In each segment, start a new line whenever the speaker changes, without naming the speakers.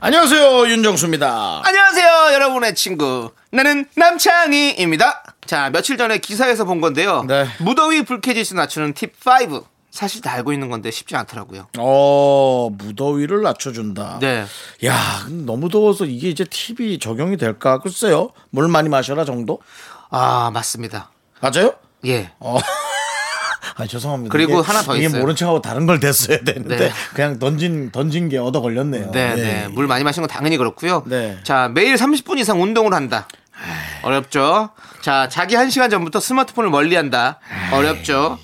안녕하세요 윤정수입니다.
안녕하세요, 여러분의 친구. 나는 남창희입니다. 자, 며칠 전에 기사에서 본 건데요.
네.
무더위 불쾌지수 낮추는 팁5. 사실 다 알고 있는 건데 쉽지 않더라고요.
어 무더위를 낮춰준다.
네.
야 너무 더워서 이게 이제 팁이 적용이 될까 글쎄요. 물 많이 마셔라 정도
아, 맞습니다.
맞아요?
예.
아 죄송합니다.
그리고
이게-
하나 더
이게
있어요.
모른 척하고 다른 걸 댔어야 되는데
네.
그냥 던진 던진 게 얻어 걸렸네요.
네,
예.
네. 물 많이 마신 건 당연히 그렇고요.
네.
자, 매일 30분 이상 운동을 한다. 어렵죠. 자, 자기 한시간 전부터 스마트폰을 멀리 한다. 어렵죠.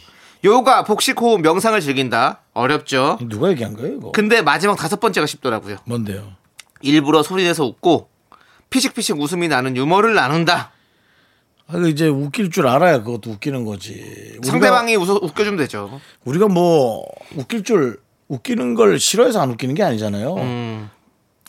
요가, 복식 호흡, 명상을 즐긴다. 어렵죠.
누가 얘기한 거예요 이거?
근데 마지막 다섯 번째가 쉽더라고요.
뭔데요?
일부러 소리내서 웃고 피식피식 웃음이 나는 유머를 나눈다.
아, 이거 이제 웃길 줄 알아야 그것도 웃기는 거지. 우리가-
상대방이 웃어, 웃겨주면 되죠.
우리가 뭐 웃길 줄 웃기는 걸 싫어해서 안 웃기는 게 아니잖아요.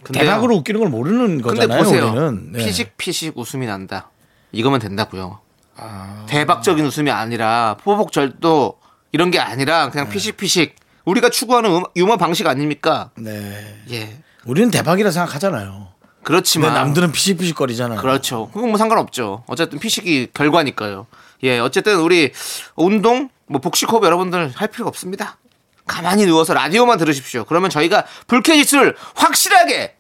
근데요.
대학으로 웃기는 걸 모르는
근데
거잖아요.
보세요.
우리는 네.
피식피식 웃음이 난다. 이거면 된다고요.
아.
대박적인 웃음이 아니라 포복절도 이런 게 아니라 그냥 피식피식 우리가 추구하는 음- 유머 방식 아닙니까?
네.
예.
우리는 대박이라 생각하잖아요. 근데
그렇지만
남들은 피식피식거리잖아요.
그렇죠. 그건 뭐 상관없죠. 어쨌든 피식이 결과니까요. 예, 어쨌든 우리 운동, 뭐 복식호흡 여러분들 할 필요가 없습니다. 가만히 누워서 라디오만 들으십시오. 그러면 저희가 불쾌지수를 확실하게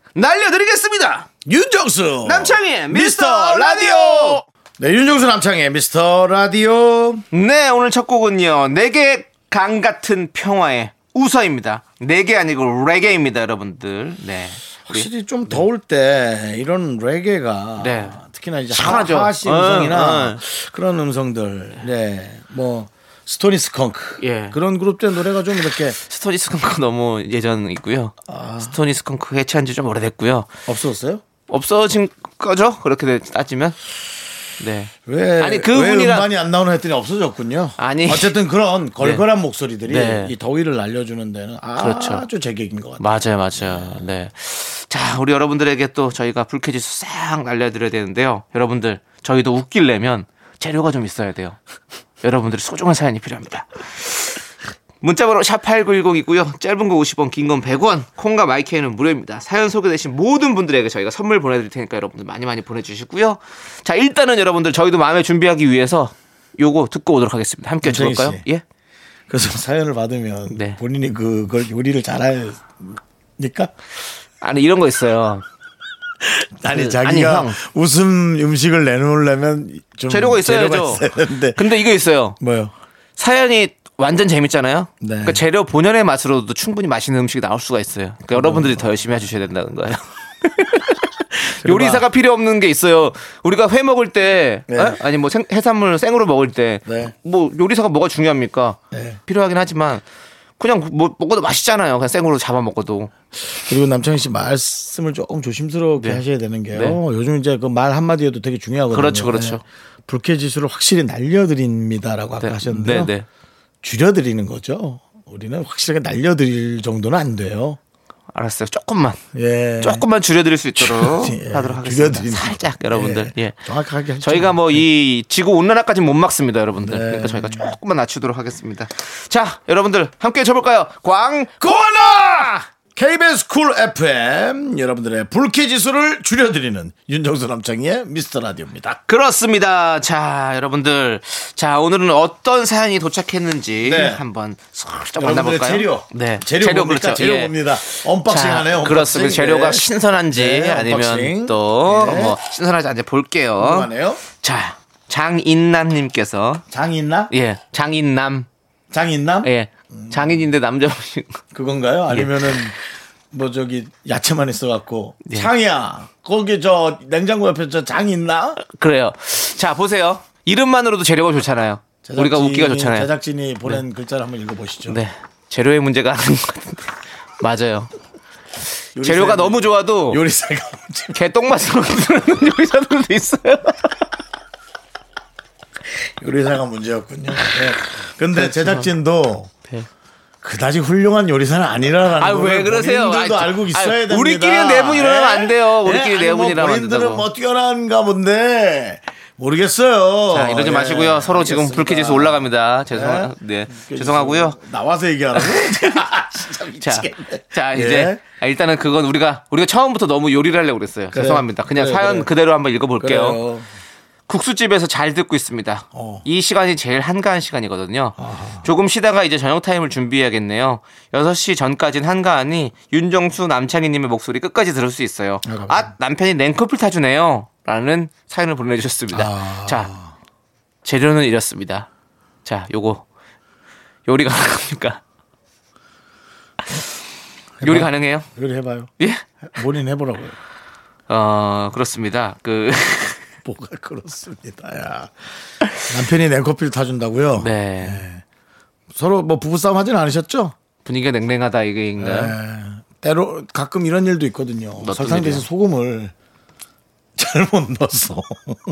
날려드리겠습니다.
윤정수
남창희의 미스터 라디오.
네, 윤정수 남창희의 미스터 라디오.
네, 오늘 첫 곡은요. 내게 강 같은 평화의 우서입니다. 내게 아니고 레게입니다, 여러분들. 네. 우리
확실히 좀 더울 때 이런 레게가
네.
특히나 이제
시원하죠. 어,
하하씨
응,
음성이나
응.
그런 음성들, 네, 뭐 스토니 스컹크
예.
그런 그룹들 노래가 좀 이렇게
스토니 스컹크 너무 예전 있고요.
아.
스토니 스컹크 해체한 지 좀 오래됐고요.
없었어요?
없어진 거죠? 그렇게 되- 따지면 네.
왜,
아니, 그
왜
분이랑-
음반이 안 나오나 했더니 없어졌군요.
아니.
어쨌든 그런 걸걸한 목소리들이
네.
이 더위를 날려주는 데는
그렇죠.
아주 제격인 것 같아요.
맞아요, 맞아요. 네. 자, 우리 여러분들에게 또 저희가 불쾌지수 싹 날려드려야 되는데요. 여러분들, 저희도 웃기려면 재료가 좀 있어야 돼요. 여러분들의 소중한 사연이 필요합니다. 문자번호 샵8910이고요. 짧은 거 50원, 긴 건 100원, 콩과 마이케이는 무료입니다. 사연 소개되신 모든 분들에게 저희가 선물 보내드릴 테니까 여러분들 많이 많이 보내주시고요. 자, 일단은 여러분들 저희도 마음에 준비하기 위해서 요거 듣고 오도록 하겠습니다. 함께
문정희
해볼까요?
씨.
예.
그래서 사연을 받으면
네.
본인이 그걸 요리를 잘하니까
아니, 이런 거 있어요.
아니
그,
자기가
아니, 형.
웃음 음식을 내놓으려면 좀
재료가 있어야죠.
음, 되는데
근데 이거 있어요.
뭐요?
사연이 완전 재밌잖아요.
네.
그러니까 재료 본연의 맛으로도 충분히 맛있는 음식이 나올 수가 있어요. 그러니까 여러분들이 더 열심히 해주셔야 된다는 거예요. 요리사가 필요 없는 게 있어요. 우리가 회 먹을 때,
네.
에? 아니 뭐 생- 해산물 생으로 먹을 때,
네.
뭐 요리사가 뭐가 중요합니까?
네.
필요하긴 하지만 그냥 뭐 먹어도 맛있잖아요. 그냥 생으로 잡아 먹어도.
그리고 남창희 씨 말씀을 조금 조심스럽게
네.
하셔야 되는 게요.
네.
요즘 이제 그 말 한마디에도 되게 중요하거든요. 네.
그렇죠, 그렇죠.
불쾌 지수를 확실히 날려드립니다라고 아까
네,
하셨는데요.
네, 네.
줄여드리는 거죠. 우리는 확실하게 날려드릴 정도는 안 돼요.
알았어요. 조금만,
예.
조금만 줄여드릴 수 있도록
예,
하도록 하겠습니다.
줄여드리는
살짝 여러분들.
예,
예.
정확하게 하죠.
저희가 뭐 이 지구 온난화까지 못 막습니다, 여러분들.
네.
그러니까 저희가 조금만 낮추도록 하겠습니다. 자, 여러분들 함께 쳐볼까요? 광고나
KBS 쿨 FM 여러분들의 불쾌 지수를 줄여드리는 윤정수 남창희의 미스터 라디오입니다.
그렇습니다. 자, 여러분들, 자 오늘은 어떤 사연이 도착했는지
네.
한번 살짝
여러분들의
만나볼까요?
재료,
네,
재료, 뭡니까?
그렇죠.
재료
예.
봅니다. 언박싱하네요. 예. 네,
자, 그렇습니다. 재료가 신선한지 아니면 또 뭐 신선하지 않은지 볼게요.
궁금하네요.
자, 장인남님께서
장인나?
예, 장인남
장인남?
예, 장인인데 남자분이고
그건가요? 아니면은 뭐 저기 야채만 있어갖고
예.
장이야 거기 저 냉장고 옆에 저 장 있나?
그래요. 자 보세요. 이름만으로도 재료가 좋잖아요. 우리가
제작진이-
웃기가 좋잖아요.
제작진이 보낸 글자를 한번 읽어보시죠.
네. 재료의 문제가 아닌 것 같은데. 맞아요.
요리사에-
재료가 너무 좋아도
요리사가 없지.
개똥 맛으로 드는 요리사들도 있어요.
요리사가 문제였군요. 네. 근데 제작진도
그렇죠. 네.
그다지 훌륭한 요리사는 아니라라는
아유,
걸
왜 그러세요?
도
아이,
알고
아이,
있어야 됩니다. 네.
우리끼리는 내분이 일어나면 안 돼요.
아니,
우리끼리
뭐
내분이라면 안
본인들은
된다고.
뭐 뛰어난가 본데 모르겠어요.
자, 이러지
예,
마시고요. 서로 지금
알겠습니다. 예? 음,
불쾌지수 올라갑니다. 죄송 네.
불쾌지수
죄송하고요.
나와서 얘기하라고. 아, 진짜
자,
미치겠네. 예.
자 이제 아, 일단은 그건 우리가 우리가 처음부터 너무 요리를 하려고 그랬어요.
그래.
죄송합니다. 그냥
그래,
사연
그래.
그대로 한번 읽어볼게요.
그래요.
국수집에서 잘 듣고 있습니다.
어.
이 시간이 제일 한가한 시간이거든요. 조금 쉬다가 이제 저녁 타임을 준비해야겠네요. 6시 전까진 한가하니 윤정수 남창희님의 목소리 끝까지 들을 수 있어요.
감사합니다.
아, 남편이 냉커피를 타주네요. 라는 사연을 보내주셨습니다.
아.
자, 재료는 이렇습니다. 자, 요거. 요리 가능합니까? 요리 가능해요?
요리해봐요.
예?
본인 해보라고요.
어, 그렇습니다. 그,
뭐가 그렇습니다. 야. 남편이 냉커피를 타준다고요?
네.
서로 뭐 부부싸움 하진 않으셨죠?
분위기가 냉랭하다 이게인가요?
네. 때로 가끔 이런 일도 있거든요.
네. 어떤
설탕
일이요?
대신 소금을 잘못 넣었어.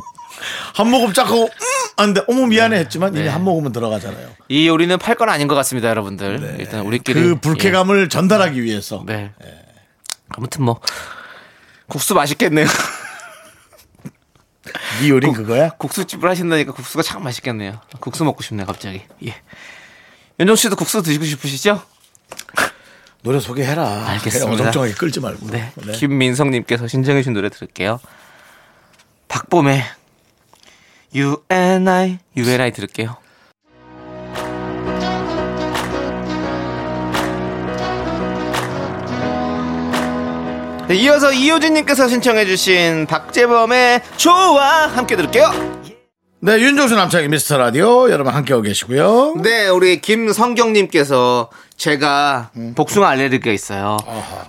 한 모금 짝 하고 음! 안데 어머 미안해
네.
했지만 이미 한 모금은 들어가잖아요.
이 요리는 팔 건 아닌 것 같습니다, 여러분들. 일단 우리끼리
그 불쾌감을 전달하기 위해서
예. 네. 아무튼 뭐 국수 맛있겠네요.
네 요린 그거야?
국수집을 하신다니까 국수가 참 맛있겠네요. 국수 먹고 싶네요, 갑자기. 예. 윤종 씨도 국수 드시고 싶으시죠?
노래 소개해라. 네,
알겠습니다.
어정쩡하게 끌지 말고.
네.
네.
김민성님께서 신청해 주신 노래 들을게요. 박봄의 You and I, You and I 들을게요. 네, 이어서 이효진님께서 신청해 주신 박재범의 좋아 함께 들을게요.
네, 윤종수 남창희 미스터 라디오 여러분 함께하고 계시고요.
네, 우리 김성경님께서 제가
음.
복숭아 알레르기가 있어요.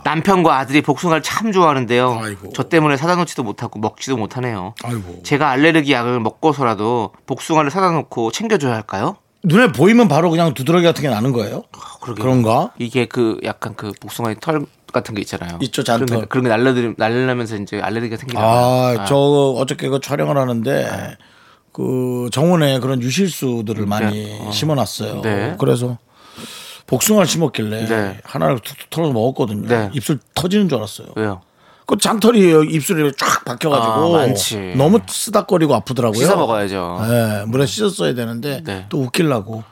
남편과 아들이 복숭아를 참 좋아하는데요.
아이고.
저 때문에 사다 놓지도 못하고 먹지도 못하네요.
아이고.
제가 알레르기 약을 먹고서라도 복숭아를 사다 놓고 챙겨줘야 할까요?
눈에 보이면 바로 그냥 두드러기 같은 게 나는 거예요?
아, 그러게요.
그런가?
이게 그 약간 그 복숭아의 털 같은 게 있잖아요.
있죠, 잔털.
그런 게, 그런 게 날려 날려면서 이제 알레르기가 생기잖아요. 네.
아, 저 어저께 그 촬영을 하는데 그 정원에 그런 유실수들을 많이 심어놨어요.
네.
그래서 복숭아를 심었길래
네.
하나를 툭툭 털어서 먹었거든요.
네.
입술 터지는 줄 알았어요.
왜요?
그 장털이 입술에 쫙 박혀가지고
아, 많지.
너무 쓰닥거리고 아프더라고요.
씻어 먹어야죠.
예, 물에 씻었어야 되는데
네.
또 웃기려고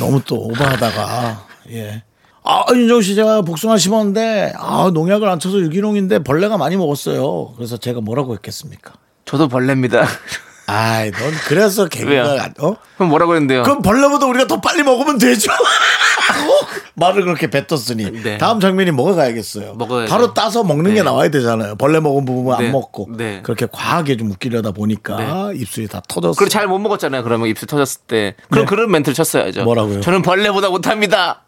너무 또 오버하다가 예. 아, 윤정 씨 제가 복숭아 심었는데 아, 농약을 안 쳐서 유기농인데 벌레가 많이 먹었어요. 그래서 제가 뭐라고 했겠습니까?
저도 벌레입니다.
아이, 넌 그래서
왜요?
개그가 어?
그럼 뭐라고 했는데요?
그럼 벌레보다 우리가 더 빨리 먹으면 되죠. 하고 말을 그렇게 뱉었으니
네.
다음 장면이 먹어가야겠어요.
먹어야죠.
바로 따서 먹는
네.
게 나와야 되잖아요. 벌레 먹은 부분은
네.
안 먹고
네.
그렇게 과하게 좀 웃기려다 보니까 입술이 다 터졌어요.
그리고 잘 못 먹었잖아요. 그러면 입술 터졌을 때. 그럼
네.
그런 멘트를 쳤어야죠.
뭐라고요?
저는 벌레보다 못합니다.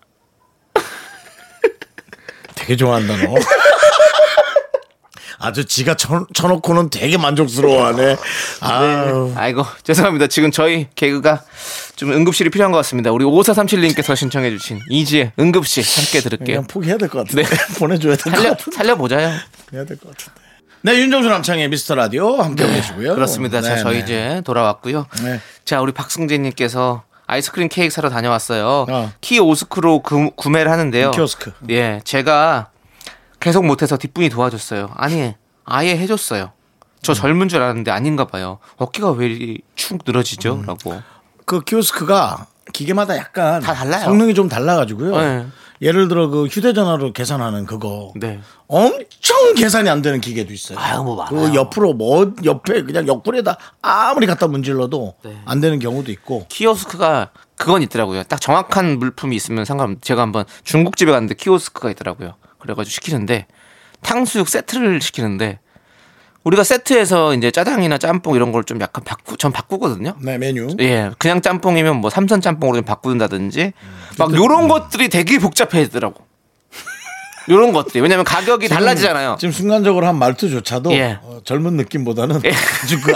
되게 좋아한다 너. 아주 지가 쳐, 쳐놓고는 되게 만족스러워하네. 아유.
아이고 죄송합니다. 지금 저희 개그가 좀 응급실이 필요한 것 같습니다. 우리 5437님께서 신청해주신 이지의 응급실 함께 들을게요.
그냥 포기해야 될 것 같은데.
네.
보내줘야 될 것
살려
같은데.
살려보자요.
해야 될 것 같은데. 네, 윤정수 남창의 미스터 라디오 함께 계시고요.
그렇습니다. 자
네,
저희
네.
이제 돌아왔고요.
네.
자 우리 박승재님께서 아이스크림 케이크 사러 다녀왔어요.
어.
키 오스크로 구, 구매를 하는데요.
키오스크.
예, 제가 계속 못해서 뒷분이 도와줬어요. 아니 아예 해줬어요.
음.
저 젊은 줄 알았는데 아닌가 봐요. 어깨가 왜 이리 축 늘어지죠?
음.
라고.
그 키오스크가 기계마다 약간
다 달라요.
성능이 좀 달라가지고요.
네.
예를 들어 그 휴대전화로 계산하는 그거
네.
엄청 계산이 안 되는 기계도 있어요.
아유, 뭐 많아요.
그 옆으로 뭐 옆에 그냥 옆구리에다 아무리 갖다 문질러도
네.
안 되는 경우도 있고
키오스크가 그건 있더라고요. 딱 정확한 물품이 있으면 상관없. 제가 한번 중국집에 갔는데 키오스크가 있더라고요. 그래가지고 시키는데 탕수육 세트를 시키는데 우리가 세트에서 이제 짜장이나 짬뽕 이런 걸 좀 약간 바꾸 전 바꾸거든요.
네 메뉴
예, 그냥 짬뽕이면 뭐 삼선 짬뽕으로 좀 바꾼다든지 막 요런 것들이 되게 복잡해지더라고. 요런 것들이 왜냐면 가격이 달라지잖아요.
지금 순간적으로 한 말투조차도
예.
어, 젊은 느낌보다는 아주 그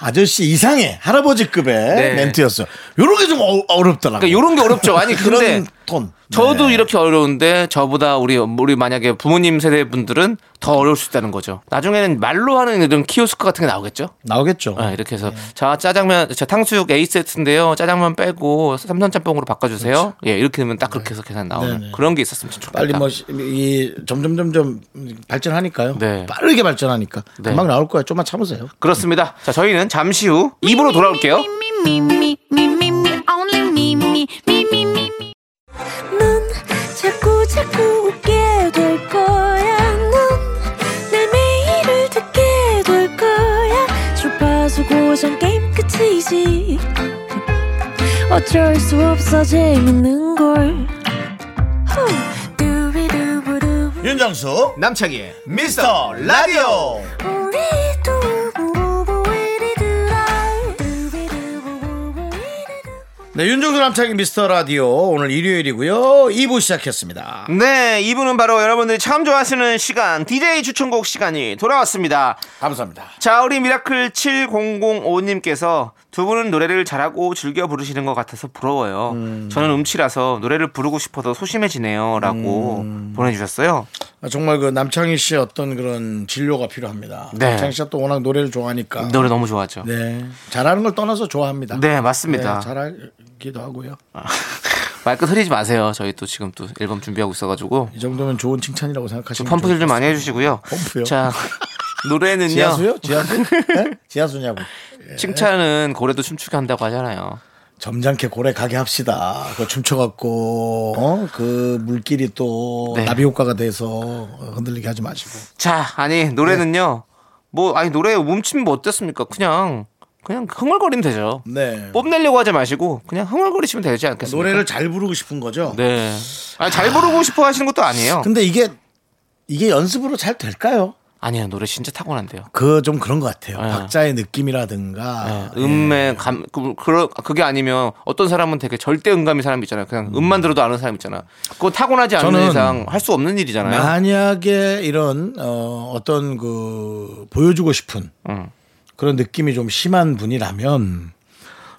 아저씨 이상의 할아버지급의
네.
멘트였어요. 요런 게 좀 어렵더라고요.
그러니까 요런 게 그러니까 어렵죠. 아니 근데
그런 톤.
저도
네.
이렇게 어려운데 저보다 우리 우리 만약에 부모님 세대 분들은 더 어려울 수 있다는 거죠. 나중에는 말로 하는 이런 키오스크 같은 게 나오겠죠.
나오겠죠.
아, 이렇게 해서
네.
자 짜장면 자 탕수육 A 세트인데요. 짜장면 빼고 삼선 짬뽕으로 바꿔주세요. 예 이렇게 되면 딱 그렇게 해서 계산 나오는
그렇죠. 네, 네.
그런 게 있었으면 참 좋겠다.
빨리 뭐 이 점점 점점 발전하니까요.
네.
빠르게 발전하니까
네.
금방 나올 거예요. 좀만 참으세요.
그렇습니다. 자 저희는 잠시 후 입으로 돌아올게요.
Me, me, me, me, me, only me, me, me, me, me, me.
넌 자꾸 자꾸 웃게 될 거야. 넌내 매일을 듣게 될 거야. 주파수 고정 게임 끝이지. 어쩔 수 없어 재밌는 걸. 후. 두비두부두.
윤정수
남창희의
미스터 라디오.
우리 두부부부 이리들아. 두비두부부부 이리들아.
네, 윤정수 남창희 미스터 라디오 오늘 일요일이고요. 2부 시작했습니다.
네 이분은 바로 여러분들이 참 좋아하시는 시간 DJ 추천곡 시간이 돌아왔습니다.
감사합니다.
자, 우리 미라클 7005님께서 두 분은 노래를 잘하고 즐겨 부르시는 것 같아서 부러워요.
음.
저는 음치라서 노래를 부르고 싶어서 소심해지네요. 라고
음.
보내주셨어요.
아, 정말 그 남창희 씨의 어떤 그런 진료가 필요합니다.
네.
남창희 씨가 또 워낙 노래를 좋아하니까.
노래 너무 좋아하죠. 네,
네. 잘하는 걸 떠나서 좋아합니다. 네,
맞습니다.
잘하기도 하고요.
말끝 흐리지 마세요. 저희 또 지금 또 앨범 준비하고 있어가지고.
이 정도면 좋은 칭찬이라고 생각하시면
펌프질 좀
좋겠습니다.
많이 해주시고요.
음. 펌프요?
자, 노래는요.
지하수요? 예. 지하수? 네? 지하수냐고.
칭찬은 고래도 춤추게 한다고 하잖아요.
점잖게 고래 가게 합시다. 그 춤춰갖고 어? 그 물길이 또
네.
나비 효과가 돼서 흔들리게 하지 마시고.
자, 아니, 노래는요.
네.
뭐, 아니, 노래 훔치면 뭐 어땠습니까? 그냥, 그냥 흥얼거리면 되죠.
네.
뽐내려고 하지 마시고 그냥 흥얼거리시면 되지 않겠습니까?
노래를 잘 부르고 싶은 거죠.
네. 아니, 잘 부르고 싶어 하시는 것도 아니에요.
근데 이게 이게 연습으로 잘 될까요?
아니에요. 노래 진짜 타고난대요.
그 좀 그런 것 같아요.
네.
박자의 느낌이라든가.
아, 음의 감 그, 그, 그게 아니면 어떤 사람은 되게 절대 음감인 사람 있잖아요. 그냥 음만 들어도 아는 사람 있잖아. 그거 타고나지 않는
저는
이상 할 수 없는 일이잖아요.
만약에 이런 어, 어떤 그 보여주고 싶은
음.
그런 느낌이 좀 심한 분이라면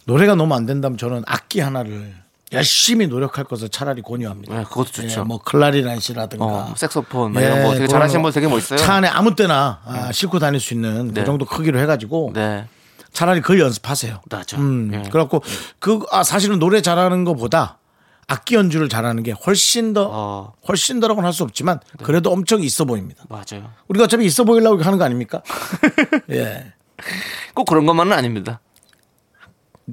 노래가 너무 안 된다면 저는 악기 하나를 열심히 노력할 것을 차라리 권유합니다.
네, 그것도 좋죠.
예, 뭐 클라리넷이라든가 예,
어, 색소폰 뭐 이런 거 되게
그거는
잘하시는 분 되게 멋있어요.
차 안에 아무 때나 아, 싣고 다닐 수 있는
네.
그 정도 크기로 해가지고
네.
차라리 그걸 연습하세요.
맞아.
음,
예.
그래갖고 그 아, 사실은 노래 잘하는 것보다 악기 연주를 잘하는 게 훨씬 더
어. 네.
훨씬 더라고는 할 수 없지만 그래도 엄청 있어 보입니다.
맞아요.
우리가 어차피 있어 보이려고 이렇게 하는 거 아닙니까? 예,
꼭 그런 것만은 아닙니다.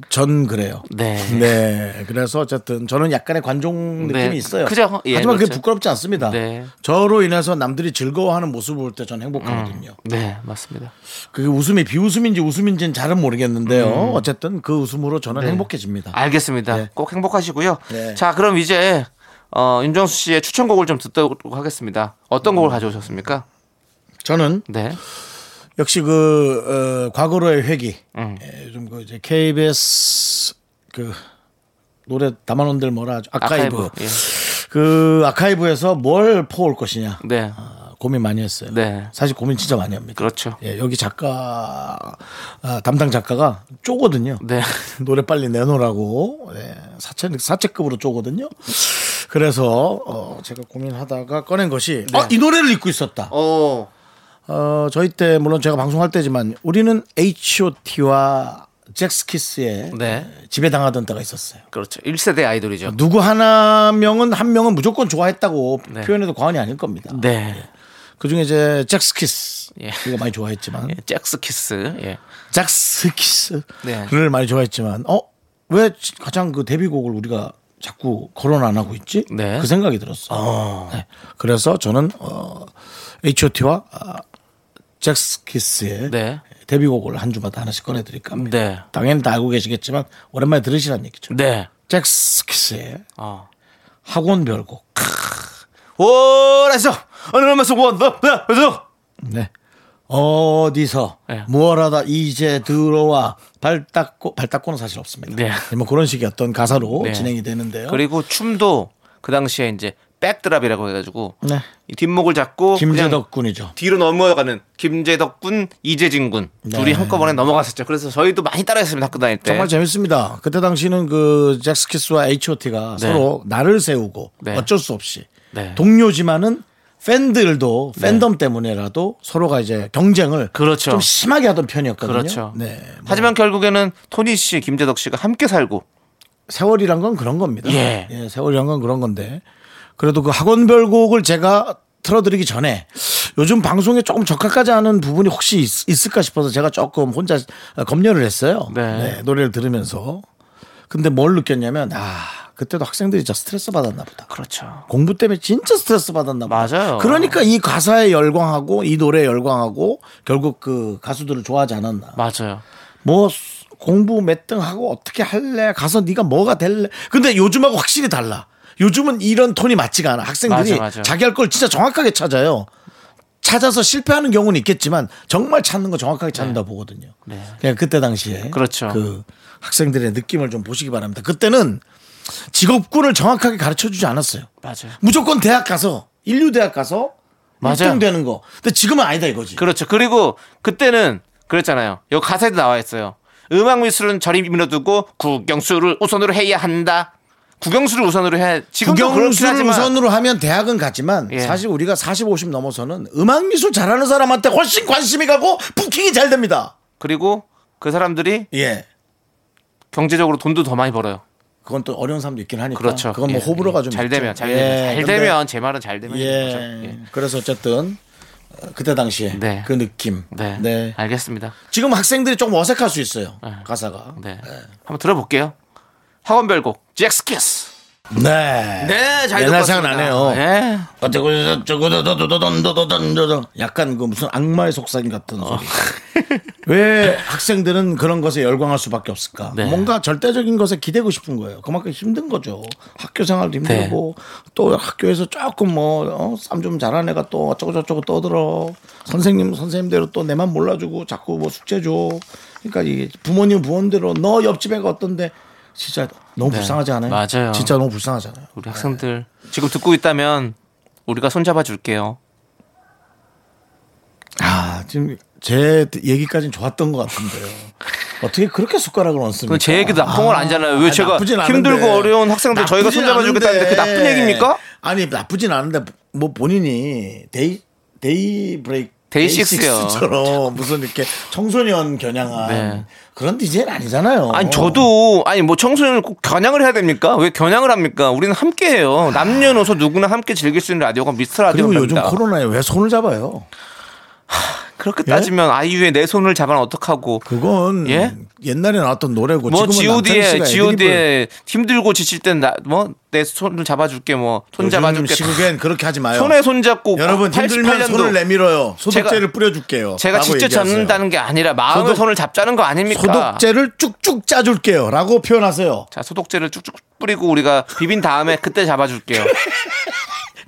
전 그래요.
네.
네, 그래서 어쨌든 저는 약간의 관종
네,
느낌이 있어요.
그죠? 예,
하지만 그게
그렇죠.
부끄럽지 않습니다.
네.
저로 인해서 남들이 즐거워하는 모습을 볼 때 저는 행복하거든요.
네, 맞습니다.
그게 웃음이 비웃음인지 웃음인지는 잘은 모르겠는데요.
음.
어쨌든 그 웃음으로 저는
네.
행복해집니다.
아. 알겠습니다.
네.
꼭 행복하시고요.
네.
자, 그럼 이제 어, 윤정수 씨의 추천곡을 좀 듣도록 하겠습니다.
음.
어떤 곡을 가져오셨습니까?
저는
네.
역시 그 어, 과거로의 회기,
음.
예, 요즘 그 이제 KBS 그 노래 담아놓은들 뭐라 하죠? 아카이브.
예.
그 아카이브에서 뭘 퍼올 것이냐
네.
아, 고민 많이 했어요.
네.
사실 고민 진짜 많이 합니다.
그렇죠.
예, 여기 작가 아, 담당 작가가 쪼거든요.
네.
노래 빨리 내놓으라고 예, 사채 사채급으로 쪼거든요. 그래서 어, 제가 고민하다가 꺼낸 것이
네.
어, 이 노래를 읽고 있었다.
어.
어, 저희 때 물론 제가 방송할 때지만 우리는 H.O.T.와 잭스키스에
네.
지배당하던 때가 있었어요.
그렇죠. 1세대 아이돌이죠.
누구 하나 명은 한 명은 무조건 좋아했다고
네.
표현해도 과언이 아닐 겁니다.
네.
그 중에 이제 잭스키스
예.
이거 많이 좋아했지만
예, 잭스 키스. 예.
잭스키스를
네.
많이 좋아했지만 어 왜 가장 그 데뷔곡을 우리가 자꾸 거론 안 하고 있지?
네. 아.
그 생각이 들었어. 요 그래서 저는 어, H.O.T.와 아, 잭스키스의
네.
데뷔곡을 한 주마다 하나씩 꺼내드릴까 합니다.
네.
당연히 다 알고 계시겠지만 오랜만에 들으시란 얘기죠.
네.
잭스키스의
어.
학원 별곡.
오라서 어느 남에서 원더 네, 그래서
네. 어디서
네.
무얼하다 이제 들어와 발 닦고 발 닦고는 사실 없습니다.
네.
뭐 그런 식의 어떤 가사로
네.
진행이 되는데요.
그리고 춤도 그 당시에 이제 백드랍이라고 해가지고
네.
이 뒷목을 잡고 그냥
김재덕 군이죠.
뒤로 넘어가는 김재덕 군, 이재진 군
네.
둘이 한꺼번에 넘어갔었죠. 그래서 저희도 많이 따라했습니다. 학교 다닐 때.
정말 재밌습니다. 그때 당시는 그 잭스키스와 H.O.T.가
네.
서로 나를 세우고
네.
어쩔 수 없이
네.
동료지만은 팬들도 팬덤 때문에라도 서로가 이제 경쟁을
그렇죠.
좀 심하게 하던 편이었거든요.
그렇죠.
네. 뭐
하지만 결국에는 토니 씨, 김재덕 씨가 함께 살고
세월이란 건 그런 겁니다.
예.
세월이란 건 그런 건데 그래도 그 학원별 곡을 제가 틀어드리기 전에 요즘 방송에 조금 적합하지 않은 부분이 혹시 있, 을까 싶어서 제가 조금 혼자 아, 검열을 했어요.
네.
노래를 들으면서 근데 뭘 느꼈냐면 아 그때도 학생들이 진짜 스트레스 받았나 보다.
그렇죠.
공부 때문에 진짜 스트레스 받았나 보다.
맞아요.
그러니까 이 가사에 열광하고 이 노래에 열광하고 결국 그 가수들을 좋아하지 않았나.
맞아요.
뭐 수- 공부 몇 등 하고 어떻게 할래? 가서 네가 뭐가 될래? 근데 요즘하고 확실히 달라. 요즘은 이런 톤이 맞지가 않아. 학생들이
맞아, 맞아.
자기 할 걸 진짜 정확하게 찾아요. 찾아서 실패하는 경우는 있겠지만 정말 찾는 거 정확하게 찾는다 보거든요. 그냥 그때 당시에
네. 그렇죠.
그 학생들의 느낌을 좀 보시기 바랍니다. 그때는 직업군을 정확하게 가르쳐 주지 않았어요.
맞아요.
무조건 대학 가서 인류 대학 가서
맞아요.
맞등 되는 거. 근데 지금은 아니다 이거지.
그렇죠. 그리고 그때는 그랬잖아요. 요 가사에도 나와 있어요. 음악 미술은 저리 밀어두고 국영수를 우선으로 해야 한다. 국영수를 우선으로 해야 지금도 그렇긴
국영수를
하지만
우선으로 하면 대학은 가지만
예.
사실 우리가 40, 50 넘어서는 음악 미술 잘하는 사람한테 훨씬 관심이 가고 부킹이 잘 됩니다.
그리고 그 사람들이
예.
경제적으로 돈도 더 많이 벌어요.
그건 또 어려운 사람도 있긴 하니까.
그렇죠.
그건 뭐
예,
호불호가
예.
좀
잘
있죠.
되면 잘
예,
되면 잘
근데
되면 제 말은 잘 되면
예.
거죠. 예.
그래서 어쨌든 어, 그때 당시에
네.
그 느낌.
네.
네.
알겠습니다.
지금 학생들이 조금 어색할 수 있어요. 가사가.
네. 한번 들어볼게요. 학원별곡 잭스키스.
네.
네, 잘
옛날
듣고
생각나네요.
왔습니다. 예.
어쩌고 저쩌고 도도도도도도도도도도. 약간 그 무슨 악마의 속삭임 같은
어.
소리. 왜 학생들은 그런 것에 열광할 수밖에 없을까?
네.
뭔가 절대적인 것에 기대고 싶은 거예요. 그만큼 힘든 거죠. 학교 생활도 힘들고
네.
또 학교에서 조금 뭐쌈좀 잘한 애가 또 어쩌고 저쩌고 떠들어. 선생님 선생님대로 또 내만 몰라주고 자꾸 뭐 숙제 줘. 그러니까 이게 부모님 부모님대로 너 옆집 애가 어떤데 진짜 너무 불쌍하지 않아요?
네. 맞아요.
진짜 너무 불쌍하잖아요.
우리 학생들 지금 듣고 있다면 우리가 손잡아 줄게요.
아 지금 제 얘기까지는 좋았던 것 같은데요. 어떻게 그렇게 숟가락을 얹습니까?
그럼 제 얘기도 나쁜 건 아니잖아요. 왜 제가
나쁘진 않은데.
힘들고 어려운 학생들 저희가
나쁘진
손잡아 주겠다는데 그게 나쁜
않은데.
얘기입니까?
아니 나쁘진 않은데 뭐 본인이 데이 데이 브레이크
데이식스요.
처럼 무슨 이렇게 청소년 겨냥한
네.
그런 디제는 아니잖아요.
아니 저도 아니 뭐 청소년을 꼭 겨냥을 해야 됩니까? 왜 겨냥을 합니까? 우리는 함께해요. 남녀노소 누구나 함께 즐길 수 있는 라디오가 미스터
그리고 요즘
라디오입니다.
코로나에 예? 왜 손을 잡아요?
그렇게 따지면 아이유의 내 손을 잡아 어떡하고
그건
예?
옛날에 나왔던 노래고
뭐
지금은 남창희
G.O.D의
씨가 애드립을
G.O.D의 힘들고 지칠 땐나뭐내 손을 잡아줄게 뭐 손
요즘
잡아줄게
시국엔 그렇게 하지 마요.
손에 손 잡고
여러분 힘들면
어, 88년도
손을 내밀어요. 소독제를
제가-
뿌려줄게요.
제가
라고
직접
얘기하세요.
잡는다는 게 아니라 마음의
소독-
손을 잡자는 거 아닙니까?
소독제를 쭉쭉 짜줄게요라고 표현하세요.
자 소독제를 쭉쭉 뿌리고 우리가 비빈 다음에 그때 잡아줄게요.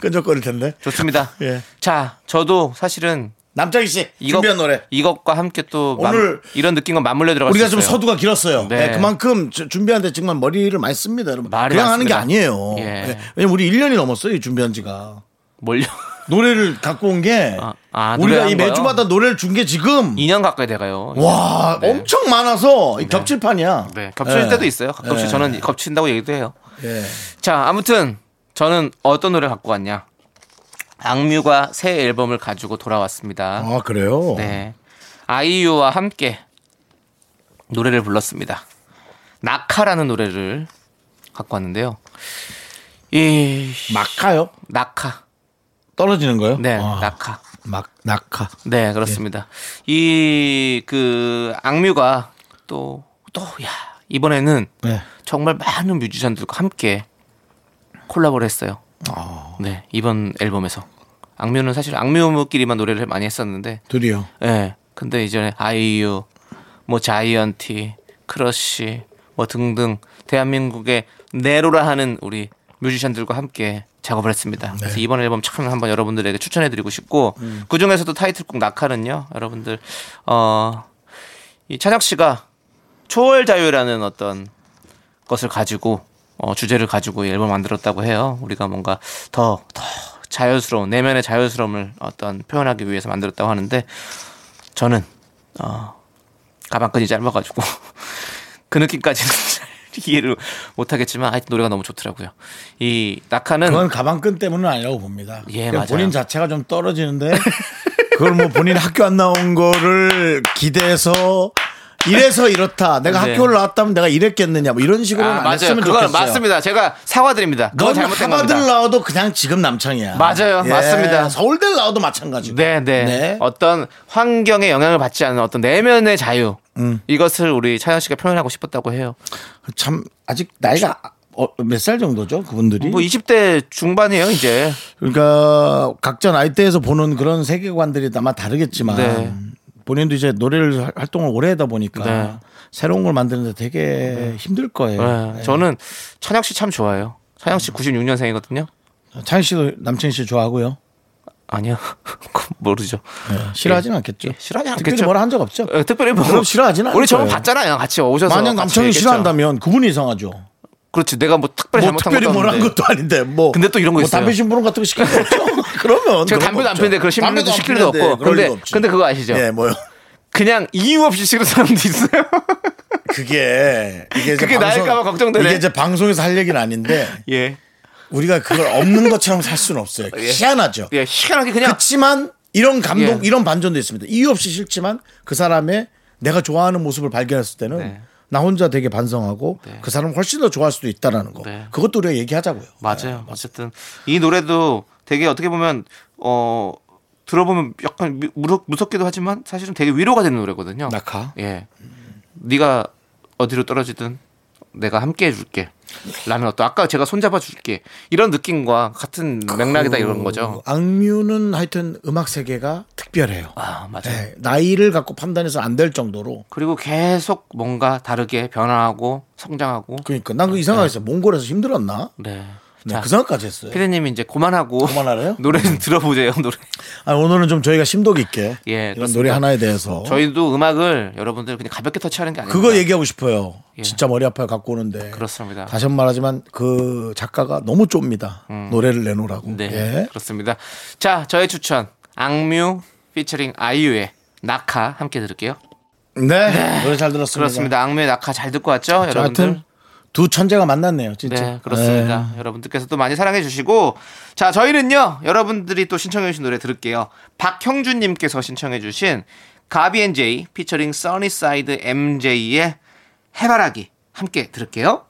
끈적거릴 텐데.
좋습니다.
예.
자 저도 사실은
남창희 씨
이것,
준비한 노래.
이것과 함께 또 마-
오늘
이런 느낌과 맞물려 들어갔어요.
우리가 좀 서두가 길었어요.
네.
네, 그만큼 저- 준비하는데 정말 머리를 많이 씁니다, 여러분. 그냥
말이
하는 게
많습니다.
아니에요.
예.
예. 왜냐면 우리 1년이 넘었어요, 이 준비한 지가.
몰려
노래를 갖고 온 게
아, 아,
우리가
노래한
이 매주마다 노래를 준 게 지금
2년 가까이 돼가요.
와 엄청 많아서 이 겹칠판이야.
네 겹칠
예.
때도 있어요. 가끔씩
예.
저는 겹친다고 얘기도 해요.
예.
자, 아무튼 저는 어떤 노래 갖고 왔냐? 악뮤가 새 앨범을 가지고 돌아왔습니다.
아 그래요.
네. 아이유와 함께 노래를 불렀습니다. 낙하라는 노래를 갖고 왔는데요. 이
막카요?
낙하.
떨어지는 거요?
네,
아,
낙하.
막 낙하.
네, 그렇습니다. 이 그 악뮤가 또 또 야, 이번에는
네.
정말 많은 뮤지션들과 함께 콜라보를 했어요. 네, 이번 앨범에서. 악뮤는 사실 악뮤끼리만 노래를 많이 했었는데,
둘이요.
예. 근데 이전에 아이유, 뭐 자이언티, 크러쉬, 뭐 등등 대한민국의 네로라 하는 우리 뮤지션들과 함께 작업을 했습니다. 그래서 이번 앨범 참 한번 여러분들에게 추천해드리고 싶고 그 중에서도 타이틀곡 낙하는요, 여러분들 어이 찬혁 씨가 초월 자유라는 어떤 것을 가지고 어, 주제를 가지고 이 앨범 만들었다고 해요. 우리가 뭔가 더, 더 자연스러운, 내면의 자연스러움을 어떤 표현하기 위해서 만들었다고 하는데 저는, 어, 가방끈이 짧아가지고 그 느낌까지는 잘 이해를 못하겠지만 하여튼 노래가 너무 좋더라고요. 이 낙하는
그건 가방끈 때문은 아니라고 봅니다.
예,
그냥
맞아요.
본인 자체가 좀 떨어지는데 그걸 뭐 본인 학교 안 나온 거를 기대해서 이래서 이렇다. 내가
네.
학교를 나왔다면 내가 이랬겠느냐. 뭐 이런 식으로
아,
안
맞아요.
했으면
그건
좋겠어요.
맞습니다. 제가 사과드립니다. 그건
넌
잘못된
하버드
겁니다.
나와도 그냥 지금 남창이야. 예,
맞아요. 맞습니다.
서울대 나와도 마찬가지고.
네, 네,
네.
어떤 환경에 영향을 받지 않는 어떤 내면의 자유.
음.
이것을 우리 차현 씨가 표현하고 싶었다고 해요.
참 아직 나이가 어, 몇 살 정도죠 그분들이?
뭐 20대 중반이에요, 이제.
그러니까 각자 나이대에서 보는 그런 세계관들이 아마 다르겠지만
네.
본인도 이제 노래를 할- 활동을 오래 하다 보니까
네.
새로운 걸 만드는데 되게 힘들 거예요.
네.
네. 음.
저는 찬혁 씨 참 좋아해요. 찬혁 씨 96년생이거든요.
창희 네. 씨도 남친 씨 좋아하고요.
아니요. 그건 모르죠.
싫어하진 않겠죠.
예. 싫어하지
특별히
않겠죠.
뭐라 한 적 없죠.
어, 특별히 뭐
네. 그럼 싫어하진 않을
우리 저번
거예요.
봤잖아요. 같이 오셔서.
만약
같이
남창이
얘기했죠.
싫어한다면 그분이 이상하죠.
그렇지. 내가 뭐 특별히
뭐
잘못한
특별히
것도
뭐라 한
없는데.
것도 아닌데 뭐.
근데 또 이런 거
뭐
있어요.
담배 심부름 같은 거 시킬 거 없죠. 그러면 그런
제가 담배도
거
안
없죠.
피는데 그걸 심부름도
담배도 안
시킬 리도
피는데
없고.
그럴
근데
리가 없지.
근데 그거 아시죠?
예, 뭐요.
그냥 이유 없이 싫은 사람도 있어요.
그게 이게 이제
그게 나일까 봐 걱정되네.
이게 이제 방송에서 할 얘기는 아닌데
예.
우리가 그걸 없는 것처럼 살 수는 없어요. 희한하죠.
예, 희한하게 그냥
그렇지만 이런 감동,
예.
이런 반전도 있습니다. 이유 없이 싫지만 그 사람의 내가 좋아하는 모습을 발견했을 때는
네.
나 혼자 되게 반성하고 그 사람 훨씬 더 좋아할 수도 있다라는 거.
네.
그것도 우리가 얘기하자고요.
맞아요. 어쨌든 이 노래도 되게 어떻게 보면 어 들어보면 약간 미- 무섭, 무섭기도 하지만 사실은 되게 위로가 되는 노래거든요.
낙하.
예. 네가 어디로 떨어지든 내가 함께 해줄게. 라면 어떠? 아까 제가 손잡아 줄게. 이런 느낌과 같은 맥락이다 이런 거죠.
그 악뮤는 하여튼 음악 세계가 특별해요.
아 맞아요.
네. 나이를 갖고 판단해서 안 될 정도로.
그리고 계속 뭔가 다르게 변화하고 성장하고.
그러니까 난 그 이상하게 했어요. 몽골에서 힘들었나?
네.
네,
아, 자,
그 생각까지 했어요.
피디님이 이제 그만하고
그만하래요?
노래 좀 들어보세요. 노래.
아니, 오늘은 좀 저희가 심도 깊게
예,
이런
그렇습니다.
노래 하나에 대해서
저희도 음악을 여러분들 그냥 가볍게 터치하는 게 아니에요.
어? 그거 얘기하고 싶어요.
예.
진짜 머리 아파요 갖고 오는데.
그렇습니다.
다시 한 번 말하지만 그 작가가 너무 좁니다. 노래를 내놓으라고.
음. 네,
예.
그렇습니다. 자, 저의 추천 악뮤 피처링 아이유의 낙하 함께 들을게요.
네. 노래 잘 들었습니다.
그렇습니다. 악뮤의 낙하 잘 듣고 왔죠,
자, 하여튼
여러분들?
두 천재가 만났네요. 진짜.
네, 그렇습니다. 여러분들께서 또 많이 사랑해 주시고 자, 저희는요. 여러분들이 또 신청해 주신 노래 들을게요. 박형준 님께서 신청해 주신 가비앤제이 피처링 써니사이드 MJ의 해바라기 함께 들을게요.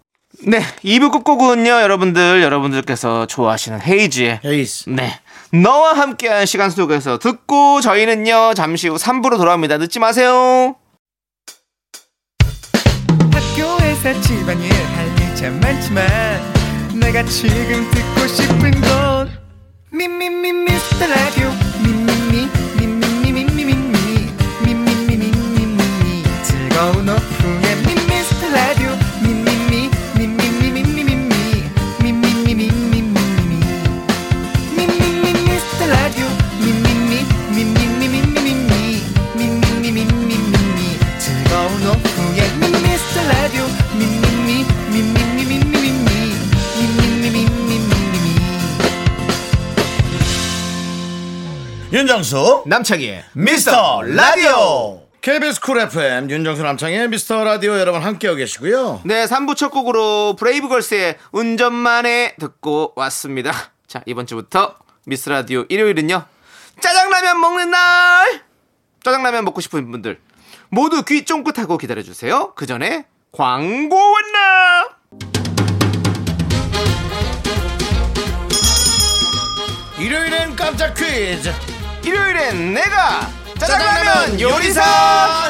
네, 2부 끝곡은요. 여러분들, 여러분들께서 좋아하시는 헤이지의
예. 에이스.
네. 너와 함께한 시간 속에서 듣고 저희는요 잠시 후 3부로 돌아옵니다. 늦지 마세요.
학교에서 집안일 할 일 참 많지만 내가 지금 듣고 싶은 건 미미미 미스터 라디오 미미미 미미미미미미 미미미미미미 즐거운 오후에 미스터 라디오 미미미 미미미미미미 미미미미미미 미미미 미스터 라디오 미미미 미미미미미미 미미미미미미 즐거운 오후에 미스터 라디오 미미미 미미미미미미 미미미미미미
윤정수.
남창희의
미스터 라디오. KBS 쿨 FM 윤정수 남창의 미스터 라디오 여러분 함께하고 계시고요.
네 3부 첫 곡으로 브레이브걸스의 운전만에 듣고 왔습니다. 자 이번 주부터 미스 라디오 일요일은요 짜장라면 먹는 날 짜장라면 먹고 싶은 분들 모두 귀 쫑긋하고 기다려주세요. 그 전에 광고 왔나?
일요일엔 깜짝 퀴즈.
일요일엔 내가 짜장라면
짜장라면
요리사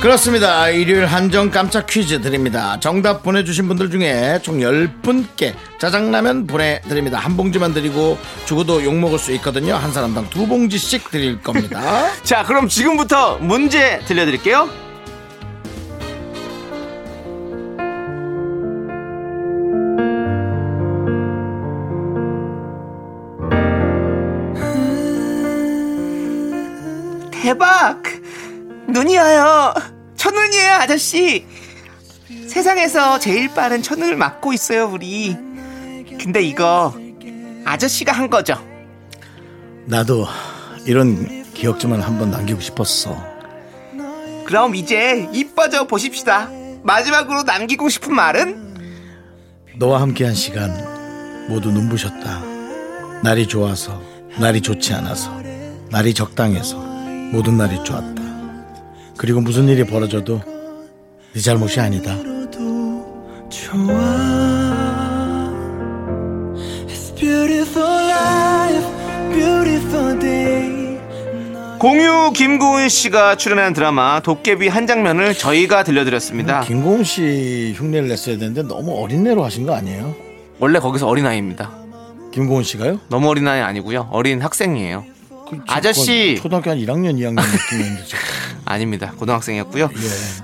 그렇습니다. 일요일 한정 깜짝 퀴즈 드립니다. 정답 보내주신 분들 중에 총 10분께 짜장라면 보내드립니다. 한 봉지만 드리고 죽어도 욕먹을 수 있거든요. 한 사람당 두 봉지씩 드릴 겁니다.
자, 그럼 지금부터 문제 들려드릴게요.
대박! 눈이 와요. 첫눈이에요, 아저씨. 세상에서 제일 빠른 첫눈을 맞고 있어요, 우리. 근데 이거 아저씨가 한 거죠.
나도 이런 기억 좀만 한번 남기고 싶었어.
그럼 이제 이뻐져 보십시다. 마지막으로 남기고 싶은 말은
너와 함께한 시간 모두 눈부셨다. 날이 좋아서, 날이 좋지 않아서, 날이 적당해서 모든 날이 좋았다. 그리고 무슨 일이 벌어져도 네 잘못이 아니다.
공유 김고은 씨가 출연한 드라마 도깨비 한 장면을 저희가 들려드렸습니다.
김고은 씨 흉내를 냈어야 되는데 너무 어린애로 하신 거 아니에요?
원래 거기서 어린아이입니다.
김고은 씨가요?
너무 어린아이 아니고요. 어린 학생이에요.
그
아저씨!
초등학교 한 1학년, 2학년 느낌이었는데 지금.
아닙니다. 고등학생이었고요.